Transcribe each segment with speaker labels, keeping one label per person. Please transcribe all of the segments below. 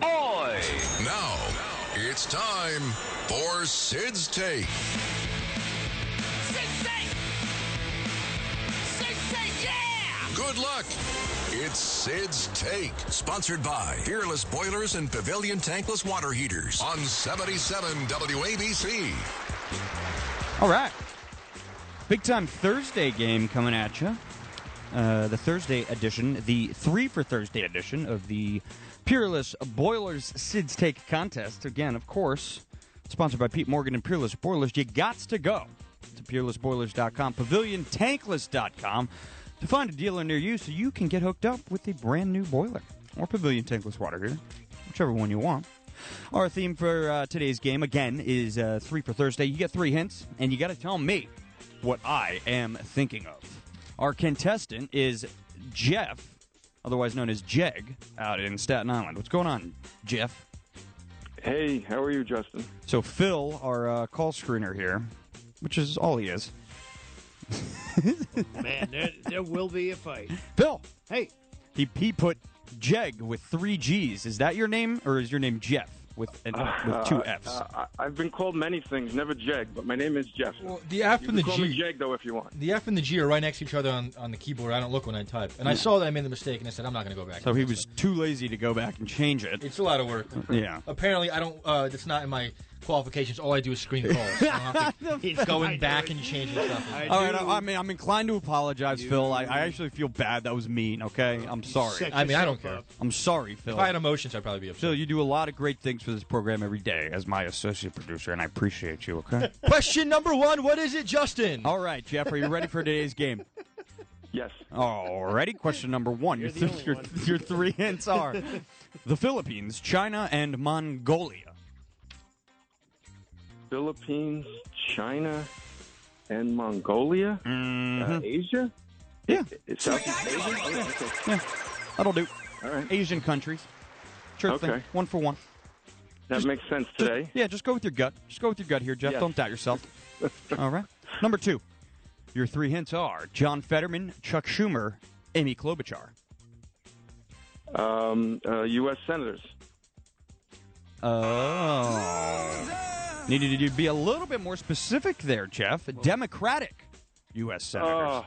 Speaker 1: Boy!
Speaker 2: Now it's time for Sid's Take. Good luck. It's Sid's Take, sponsored by Fearless Boilers and Pavilion Tankless Water Heaters on 77 WABC.
Speaker 3: All right. Big time Thursday game coming at you. Uh, the Thursday edition, the three for Thursday edition of the Peerless Boilers Sid's Take contest. Again, of course, sponsored by Pete Morgan and Peerless Boilers. You gots to go to peerlessboilers.com, paviliontankless.com to find a dealer near you so you can get hooked up with a brand new boiler or pavilion tankless water heater, whichever one you want. Our theme for uh, today's game, again, is uh, three for Thursday. You get three hints, and you got to tell me what I am thinking of. Our contestant is Jeff, otherwise known as Jeg, out in Staten Island. What's going on, Jeff?
Speaker 4: Hey, how are you, Justin?
Speaker 3: So, Phil, our uh, call screener here, which is all he is.
Speaker 5: Man, there, there will be a fight.
Speaker 3: Phil!
Speaker 5: Hey,
Speaker 3: He, he put Jeg with three G's. Is that your name, or is your name Jeff with, an, with two F's?
Speaker 4: Uh, I, I've been called many things, never Jeg, but my name is Jeff.
Speaker 6: Well, the F
Speaker 4: you
Speaker 6: and
Speaker 4: can
Speaker 6: the
Speaker 4: call me
Speaker 6: G.
Speaker 4: Jeg, though, if you want.
Speaker 6: The F and the G are right next to each other on, on the keyboard. I don't look when I type. And I saw that I made the mistake, and I said, I'm not going to go back.
Speaker 3: so, he was too lazy to go back and change it.
Speaker 6: It's a lot of work.
Speaker 3: Yeah.
Speaker 6: Apparently, I don't. Uh, that's not in my qualifications. All I do is screen calls. So I'll have to keep going back and changing stuff.
Speaker 3: All right, I, I mean, I'm inclined to apologize, Phil. I, I actually feel bad. That was mean. Okay, I'm sorry.
Speaker 5: set
Speaker 6: I mean, I don't
Speaker 5: yourself
Speaker 6: care.
Speaker 5: up.
Speaker 3: I'm sorry,
Speaker 6: If I had
Speaker 3: Phil.
Speaker 6: emotions, I'd probably be upset.
Speaker 3: Phil, you do a lot of great things for this program every day as my associate producer, and I appreciate you. Okay.
Speaker 6: Question number one. What is it, Justin?
Speaker 3: All right, Jeff, are you ready for today's game?
Speaker 4: Yes.
Speaker 3: Alrighty, question number one.
Speaker 5: You're
Speaker 3: your,
Speaker 5: the only
Speaker 3: your,
Speaker 5: one.
Speaker 3: your three hints are the Philippines, China, and Mongolia.
Speaker 4: Philippines, China, and Mongolia? Uh, Asia?
Speaker 3: Mm-hmm. Yeah,
Speaker 4: Is Southeast Asia? Oh, okay.
Speaker 3: yeah, that'll do.
Speaker 4: All right.
Speaker 3: Asian countries. Sure thing.
Speaker 4: Okay.
Speaker 3: One for one.
Speaker 4: That makes sense today.
Speaker 3: Yeah, just go with your gut. Just go with your gut here, Jeff.
Speaker 4: Yes.
Speaker 3: Don't doubt yourself. All right. Number two. Your three hints are John Fetterman, Chuck Schumer, Amy Klobuchar.
Speaker 4: Um, uh, U.S. Senators.
Speaker 3: Oh. Needed you to be a little bit more specific there, Jeff. Democratic U.S. Senators.
Speaker 4: Oh,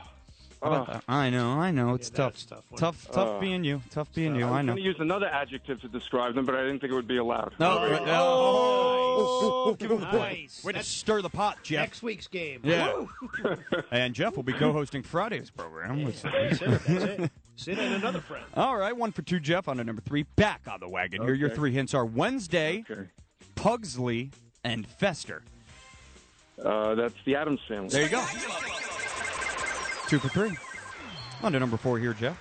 Speaker 3: How about that? I know, I know. It's
Speaker 5: Yeah,
Speaker 3: tough.
Speaker 5: that's a tough one.
Speaker 3: tough, tough being you. Tough being you. I
Speaker 4: I'm
Speaker 3: know.
Speaker 4: going to use another adjective to describe them, but I didn't think it would be allowed.
Speaker 3: No,
Speaker 4: All right.
Speaker 3: no.
Speaker 5: Oh,
Speaker 3: give him the point.
Speaker 5: nice.
Speaker 3: Way to
Speaker 5: That's
Speaker 3: stir the pot, Jeff.
Speaker 5: next week's game.
Speaker 3: Yeah.
Speaker 5: Woo!
Speaker 3: And Jeff will be co-hosting Friday's program. with-
Speaker 5: That's it. That's it. Sit in another friend.
Speaker 3: All right, one for two, Jeff, on to number three. Back on the wagon. Here, your
Speaker 4: Okay.
Speaker 3: three hints are Wednesday,
Speaker 4: Okay.
Speaker 3: Pugsley, and Fester.
Speaker 4: Uh, that's the Adams family.
Speaker 3: There you go. Two for three. On to number four here, Jeff.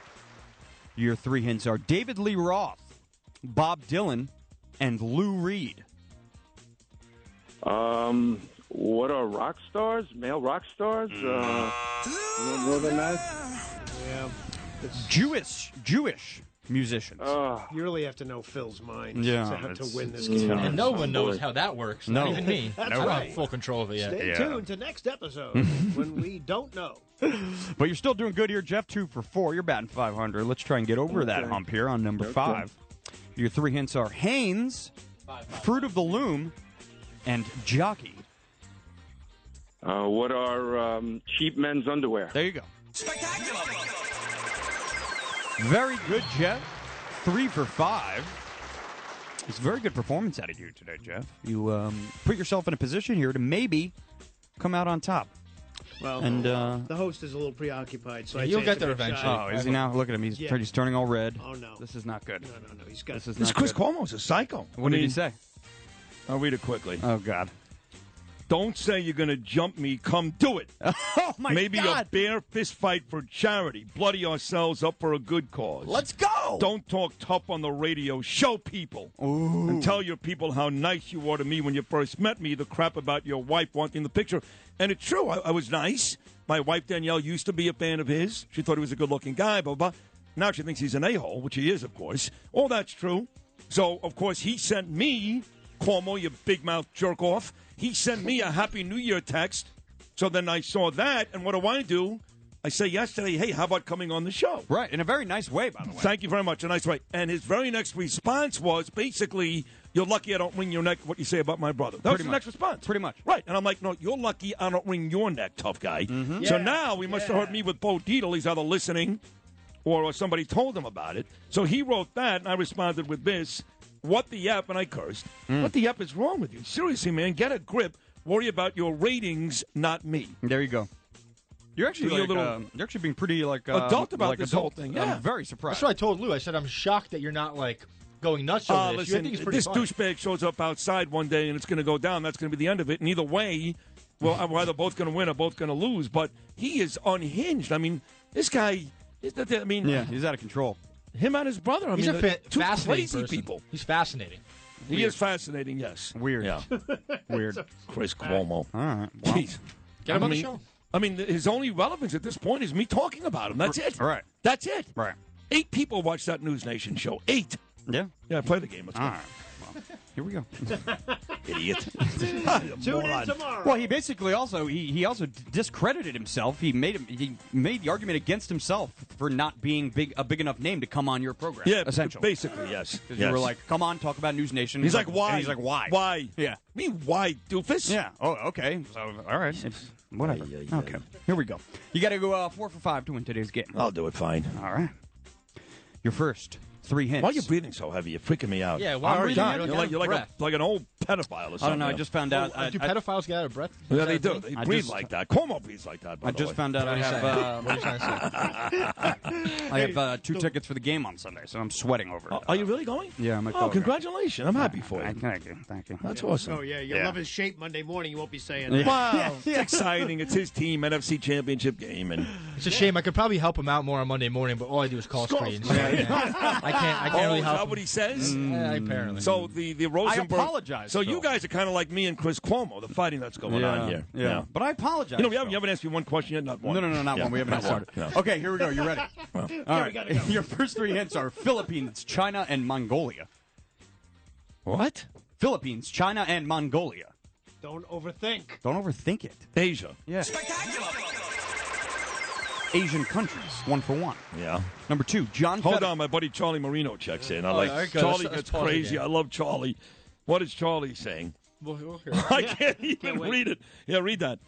Speaker 3: Your three hints are David Lee Roth, Bob Dylan, and Lou Reed.
Speaker 4: Um, what are rock stars? Male rock stars?
Speaker 3: Mm.
Speaker 4: Uh, you want more than that?
Speaker 5: Yeah.
Speaker 3: Jewish, Jewish musicians.
Speaker 4: Uh,
Speaker 5: You really have to know Phil's mind
Speaker 3: Yeah,
Speaker 5: to- to
Speaker 3: it's-
Speaker 5: win this
Speaker 3: it's
Speaker 5: game.
Speaker 3: tough.
Speaker 6: And no one
Speaker 4: Oh, boy.
Speaker 6: knows how that works.
Speaker 3: No.
Speaker 6: Not even me.
Speaker 3: That's
Speaker 6: I don't
Speaker 3: right.
Speaker 6: have full control of it yet.
Speaker 5: Stay
Speaker 3: Yeah.
Speaker 5: tuned to next episode when we don't know.
Speaker 3: but you're still doing good here, Jeff. Two for four. You're batting 500. Let's try and get over that
Speaker 4: Okay.
Speaker 3: hump here on number
Speaker 4: Okay.
Speaker 3: five. Your three hints are Haynes, Fruit of the Loom, and Jockey.
Speaker 4: uh, what are um, cheap men's underwear?
Speaker 3: There you go. Very good, Jeff. Three for five. It's a very good performance out of you today, Jeff. You um, put yourself in a position here to maybe come out on top.
Speaker 5: Well,
Speaker 3: And uh,
Speaker 5: the host is a little preoccupied, so
Speaker 6: Yeah,
Speaker 5: I'd
Speaker 6: you'll
Speaker 5: say
Speaker 6: get
Speaker 5: it's a
Speaker 6: there
Speaker 5: good
Speaker 6: eventually.
Speaker 5: shot.
Speaker 3: oh, is he now? Look at him. He's,
Speaker 5: Yeah.
Speaker 3: he's turning all red.
Speaker 5: Oh, no.
Speaker 3: this is not good.
Speaker 5: No, no, no. He's got
Speaker 3: This is
Speaker 7: This
Speaker 3: not
Speaker 7: Chris
Speaker 3: good.
Speaker 7: Cuomo's a psycho.
Speaker 3: What did he say?
Speaker 7: I'll read it quickly.
Speaker 3: Oh God.
Speaker 1: Don't say you're going to jump me. Come do it.
Speaker 3: Oh my
Speaker 1: Maybe
Speaker 3: God!
Speaker 1: a bare fist fight for charity. Bloody ourselves up for a good because
Speaker 3: Let's go.
Speaker 1: Don't talk tough on the radio. Show people. And tell your people how nice you were to me when you first met me, the crap about your wife wanting the picture. And it's true, I, I was nice. My wife, Danielle, used to be a fan of his. She thought he was a good looking guy, blah, blah, blah. Now she thinks he's an a hole, which he is, of course. All that's true. So, of course, he sent me, Cuomo, you big mouth jerk off, he sent me a Happy New Year text. So then I saw that, and what do I do? I say yesterday, hey, how about coming on the show?
Speaker 3: Right, in a very nice way, by the way.
Speaker 1: Thank you very much. A nice way. And his very next response was basically, You're lucky I don't wring your neck what you say about my brother. That was
Speaker 3: Pretty
Speaker 1: his
Speaker 3: much.
Speaker 1: next response.
Speaker 3: Pretty much.
Speaker 1: Right. And I'm like, No, you're lucky I don't wring your neck, tough guy. So
Speaker 3: Mm-hmm.
Speaker 5: Yeah,
Speaker 1: now he must have heard me with Bo Deedle. He's either listening or, or somebody told him about it. So he wrote that, and I responded with this What the F? And I cursed.
Speaker 3: Mm.
Speaker 1: What the F is wrong with you? Seriously, man, get a grip. Worry about your ratings, not me.
Speaker 3: There you go. You're actually
Speaker 1: Do you
Speaker 3: like,
Speaker 1: little-
Speaker 3: um, you're actually being pretty like um,
Speaker 1: Adult about
Speaker 3: like
Speaker 1: this
Speaker 3: adult.
Speaker 1: whole thing, yeah.
Speaker 3: I'm very surprised.
Speaker 6: That's what I told Lou. I said I'm shocked that you're not like going nuts over
Speaker 1: Ah,
Speaker 6: this.
Speaker 1: listen,
Speaker 6: you think it's pretty
Speaker 1: this
Speaker 6: funny.
Speaker 1: douchebag shows up outside one day and it's going to go down. That's going to be the end of it. And either way, well, I'm either both going to win or both going to lose. But he is unhinged. I mean, this guy. is that the- I mean,
Speaker 3: Yeah, he's out of control.
Speaker 1: him and his brother. I
Speaker 6: He's
Speaker 1: mean,
Speaker 6: a
Speaker 1: they're
Speaker 6: fa-
Speaker 1: two
Speaker 6: fascinating
Speaker 1: crazy
Speaker 6: person.
Speaker 1: people.
Speaker 6: He's fascinating.
Speaker 1: He is fascinating. Yes,
Speaker 3: Weird.
Speaker 1: Yeah,
Speaker 3: Weird.
Speaker 1: Chris Cuomo.
Speaker 3: All right. Well,
Speaker 1: Jeez.
Speaker 6: Get him
Speaker 1: I
Speaker 6: on the
Speaker 1: mean-
Speaker 6: show.
Speaker 1: I mean, th- his only relevance at this point is me talking about him. That's it.
Speaker 3: Right.
Speaker 1: That's it.
Speaker 3: Right.
Speaker 1: Eight people watch that News Nation show. Eight.
Speaker 3: Yeah.
Speaker 1: Yeah, play the game. Let's go.
Speaker 3: All right. Well, here we go.
Speaker 1: Idiot.
Speaker 5: Tune in tomorrow.
Speaker 3: Well, he basically also he, he also d- discredited himself. He made him he made the argument against himself for not being big a big enough name to come on your program.
Speaker 1: Yeah,
Speaker 3: essentially.
Speaker 1: Basically, yes.
Speaker 3: 'Cause
Speaker 1: Yes.
Speaker 3: you were like, come on, talk about News Nation.
Speaker 1: He's like, why?
Speaker 3: and he's like, why?
Speaker 1: Why?
Speaker 3: Yeah.
Speaker 1: I mean, why, doofus?
Speaker 3: Yeah. Oh, okay. So, all right. It's whatever.
Speaker 1: Ay, ay, Oh. ay.
Speaker 3: Okay. Here we go. You got to go uh, four for five to win today's game.
Speaker 1: I'll do it fine.
Speaker 3: All right. Your first three hints.
Speaker 1: Why are you breathing so heavy? You're freaking me out.
Speaker 6: Yeah, why
Speaker 1: I'm
Speaker 6: are you
Speaker 1: done.
Speaker 6: breathing
Speaker 1: You're
Speaker 6: out
Speaker 1: like,
Speaker 6: of
Speaker 1: you're like, a,
Speaker 6: breath?
Speaker 1: like an old pedophile or something.
Speaker 3: I don't know. I just found out. I,
Speaker 6: do
Speaker 3: I-
Speaker 6: pedophiles get out of breath?
Speaker 1: Yeah, they do. They
Speaker 3: I
Speaker 1: breathe
Speaker 3: just-
Speaker 1: like that. Cuomo breathes like that, by
Speaker 3: I
Speaker 1: the
Speaker 3: just
Speaker 1: way.
Speaker 3: found out I have uh,
Speaker 6: what are you trying to say?
Speaker 3: I have uh, two tickets for the game on Sunday, so I'm sweating over it.
Speaker 1: Uh, are you really going?
Speaker 3: Yeah, I might go
Speaker 1: Oh,
Speaker 3: over.
Speaker 1: congratulations. I'm happy for
Speaker 3: I-
Speaker 1: you.
Speaker 3: Thank you. Thank you.
Speaker 1: That's awesome.
Speaker 5: Oh yeah, you'll love his shape Monday morning. You won't be saying that.
Speaker 1: Wow. It's exciting. It's his team, NFC Championship game. and
Speaker 6: It's a shame. I could probably help him out more on Monday morning, but all I do is call screens. Yeah, yeah. I can't. I can't
Speaker 1: Oh,
Speaker 6: really
Speaker 1: is
Speaker 6: help.
Speaker 1: that
Speaker 6: him.
Speaker 1: what he says?
Speaker 6: Yeah, apparently.
Speaker 1: So the, the Rosenberg.
Speaker 3: Mm. apologize,
Speaker 1: So you
Speaker 3: Phil.
Speaker 1: guys are kind of like me and Chris Cuomo, the fighting that's going on here.
Speaker 3: Yeah. But I apologize.
Speaker 1: You know, we haven't,
Speaker 3: though.
Speaker 1: you haven't asked me one question yet, not one.
Speaker 3: No, no, no, not
Speaker 1: Yeah,
Speaker 3: one. We haven't
Speaker 1: not one.
Speaker 3: started. Okay, here we go. You ready? All right. Your first three hints are Philippines, China, and Mongolia.
Speaker 1: No. What?
Speaker 3: Philippines, China, and Mongolia.
Speaker 5: Don't overthink.
Speaker 3: Don't overthink it.
Speaker 1: Asia.
Speaker 3: Yeah. Asian countries, one for one.
Speaker 1: Yeah.
Speaker 3: Number two, John.
Speaker 1: Hold
Speaker 3: Feder-
Speaker 1: on, my buddy Charlie Marino checks in. I
Speaker 6: Oh,
Speaker 1: like
Speaker 6: yeah, okay,
Speaker 1: Charlie
Speaker 6: let's- let's
Speaker 1: gets
Speaker 6: pause
Speaker 1: crazy.
Speaker 6: again.
Speaker 1: I love Charlie. What is Charlie saying?
Speaker 6: We'll- we'll hear.
Speaker 1: I can't even
Speaker 5: wait.
Speaker 1: read it. Yeah, read that.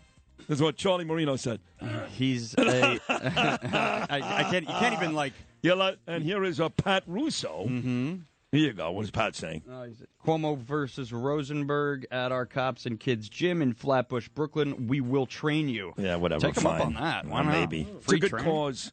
Speaker 1: This is what Charlie Marino said.
Speaker 3: He's a. I, I can't. You can't even like.
Speaker 1: Yeah, like, and here is a Pat Russo. Mm-hmm. Here you go. What is Pat saying?
Speaker 3: Uh, Cuomo versus Rosenberg at our cops and kids gym in Flatbush, Brooklyn. We will train you.
Speaker 1: Yeah, whatever.
Speaker 3: Take him
Speaker 1: fine.
Speaker 3: up on that. Why
Speaker 1: Well,
Speaker 3: not?
Speaker 1: maybe. It's a
Speaker 3: Free
Speaker 1: good
Speaker 3: training.
Speaker 1: cause.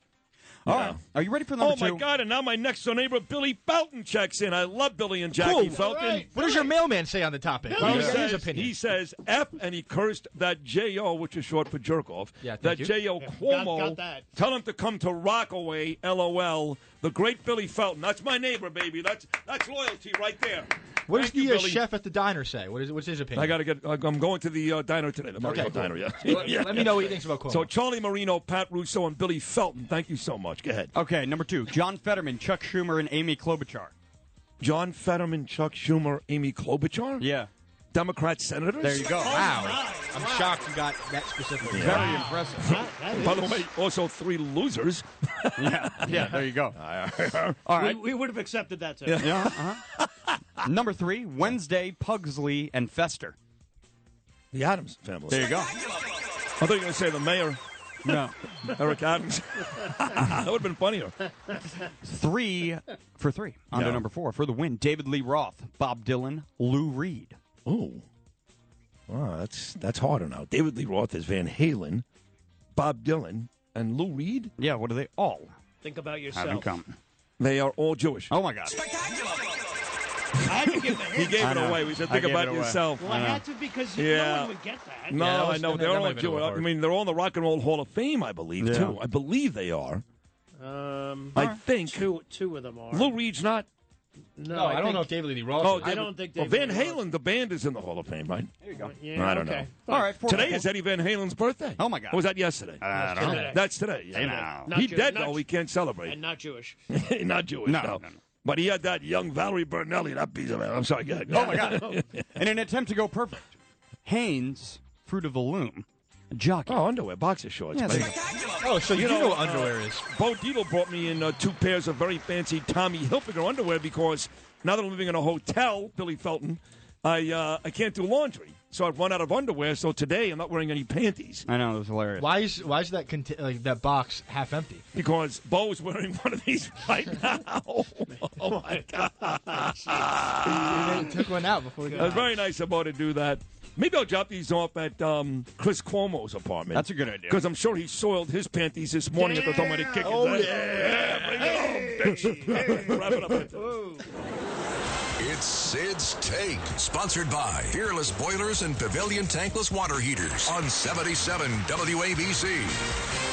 Speaker 3: All
Speaker 1: Yeah.
Speaker 3: right. Are you ready for number
Speaker 1: Oh
Speaker 3: two?
Speaker 1: my God! And now my next door neighbor Billy Felton checks in. I love Billy and Jackie
Speaker 6: Cool.
Speaker 1: Felton.
Speaker 5: Alright.
Speaker 6: What does your mailman say on the topic?
Speaker 1: He,
Speaker 6: Well,
Speaker 1: says,
Speaker 6: his opinion.
Speaker 1: he says F, and he cursed that J.O., which is short for jerk off.
Speaker 6: Yeah,
Speaker 1: that
Speaker 6: thank you.
Speaker 1: J.O. Cuomo.
Speaker 5: got that.
Speaker 1: Tell him to come to Rockaway, LOL. The great Billy Felton. That's my neighbor, baby. That's that's loyalty right there.
Speaker 6: what does
Speaker 1: Thank you,
Speaker 6: the uh,
Speaker 1: Billy.
Speaker 6: chef at the diner say? What is what's his opinion?
Speaker 1: I gotta get. I'm going to the uh, diner today. The Mario
Speaker 6: Okay, cool.
Speaker 1: Diner. Yeah.
Speaker 6: Let,
Speaker 1: yeah.
Speaker 6: let me know what he thinks about Cuomo.
Speaker 1: So Charlie Marino, Pat Russo, and Billy Felton. Thank you so much. Go ahead.
Speaker 3: Okay, number two, John Fetterman, Chuck Schumer, and Amy Klobuchar.
Speaker 1: John Fetterman, Chuck Schumer, Amy Klobuchar.
Speaker 3: Yeah,
Speaker 1: Democrat senators.
Speaker 3: there you go.
Speaker 6: wow, I'm shocked you got that specifically.
Speaker 3: Very impressive.
Speaker 5: That- that
Speaker 1: By the
Speaker 5: is-
Speaker 1: way, also three losers.
Speaker 3: yeah, yeah, there you go. All
Speaker 5: we,
Speaker 3: right.
Speaker 5: we would have accepted that too.
Speaker 3: Yeah, uh-huh. Number three, Wednesday, Pugsley, and Fester.
Speaker 1: The Adams family.
Speaker 3: There you go.
Speaker 1: I thought you were going to say the mayor,
Speaker 3: No.
Speaker 1: Eric Adams. that would have been funnier.
Speaker 3: Three for three. On to
Speaker 1: No.
Speaker 3: number four. For the win, David Lee Roth, Bob Dylan, Lou Reed.
Speaker 1: Oh, wow, that's that's harder now. David Lee Roth is Van Halen, Bob Dylan, and Lou Reed.
Speaker 3: Yeah, what are they all? Oh
Speaker 5: Think about
Speaker 3: Have them
Speaker 5: yourself.
Speaker 3: come.
Speaker 1: Oh, They are all Jewish.
Speaker 3: Oh, my God.
Speaker 5: had to give the
Speaker 1: He
Speaker 5: hint.
Speaker 1: gave
Speaker 3: I
Speaker 1: it
Speaker 3: know.
Speaker 1: away. We said,
Speaker 3: I
Speaker 1: think
Speaker 3: gave
Speaker 1: about
Speaker 3: it away.
Speaker 1: yourself.
Speaker 5: Well, I had to because you,
Speaker 1: Yeah.
Speaker 5: no one would get that.
Speaker 1: No,
Speaker 6: that
Speaker 1: I
Speaker 6: was-
Speaker 1: know
Speaker 6: that-
Speaker 1: they're
Speaker 6: that
Speaker 1: all
Speaker 6: might've been
Speaker 1: doing. I
Speaker 6: hard.
Speaker 1: mean, they're all in the Rock and Roll Hall of Fame, I believe.
Speaker 3: Yeah.
Speaker 1: Too, I believe they are.
Speaker 5: Um,
Speaker 1: I think
Speaker 5: two, two of them are.
Speaker 1: Lou Reed's not.
Speaker 5: no,
Speaker 6: No, I, don't know if
Speaker 5: think-
Speaker 6: David Lee Roth.
Speaker 5: I don't think
Speaker 1: Well,
Speaker 5: they
Speaker 1: Van
Speaker 5: will.
Speaker 1: Halen, the band, is in the Hall of Fame, right?
Speaker 5: Yeah,
Speaker 1: I don't
Speaker 5: okay.
Speaker 3: All right. four-
Speaker 1: Today is Eddie Van Halen's birthday.
Speaker 3: Oh, my God.
Speaker 1: Or was that yesterday?
Speaker 3: I don't know.
Speaker 5: Today.
Speaker 1: That's today. yeah.
Speaker 3: Hey, now.
Speaker 5: Not
Speaker 1: He
Speaker 5: Jew-
Speaker 1: dead
Speaker 5: not
Speaker 1: though.
Speaker 5: Jew-
Speaker 1: We can't celebrate.
Speaker 5: And not Jewish.
Speaker 1: not Jewish.
Speaker 3: No,
Speaker 1: No,
Speaker 3: no, no.
Speaker 1: But he had that young Valerie Bernelli. That piece of I'm sorry. Go ahead.
Speaker 3: Oh my god! In an attempt to go perfect, Haynes, fruit of the loom, jockey.
Speaker 1: Oh, underwear, boxer shorts.
Speaker 3: Yeah,
Speaker 1: man.
Speaker 3: there you
Speaker 6: Oh, so you,
Speaker 1: You
Speaker 6: do
Speaker 1: know,
Speaker 6: know what underwear is.
Speaker 1: Bo Deedle brought me in uh, two pairs of very fancy Tommy Hilfiger underwear because now that I'm living in a hotel, Billy Felton, I uh, I can't do laundry, so I've run out of underwear. So today I'm not wearing any panties
Speaker 3: go. I know it was hilarious.
Speaker 6: Why is why is that conti- like that box half empty?
Speaker 1: because Bo's wearing one of these right now. oh my god!
Speaker 6: They took one out before we
Speaker 1: It was very nice of Bo to do that. Maybe I'll drop these off at um, Chris Cuomo's apartment.
Speaker 3: That's a good idea.
Speaker 1: Because I'm sure he soiled his panties this morning at the Dominic Kick.
Speaker 3: Oh,
Speaker 1: yeah. Bring it on, bitch. Wrap it up.
Speaker 2: It's Sid's Take, sponsored by Fearless Boilers and Pavilion Tankless Water Heaters on 77 WABC.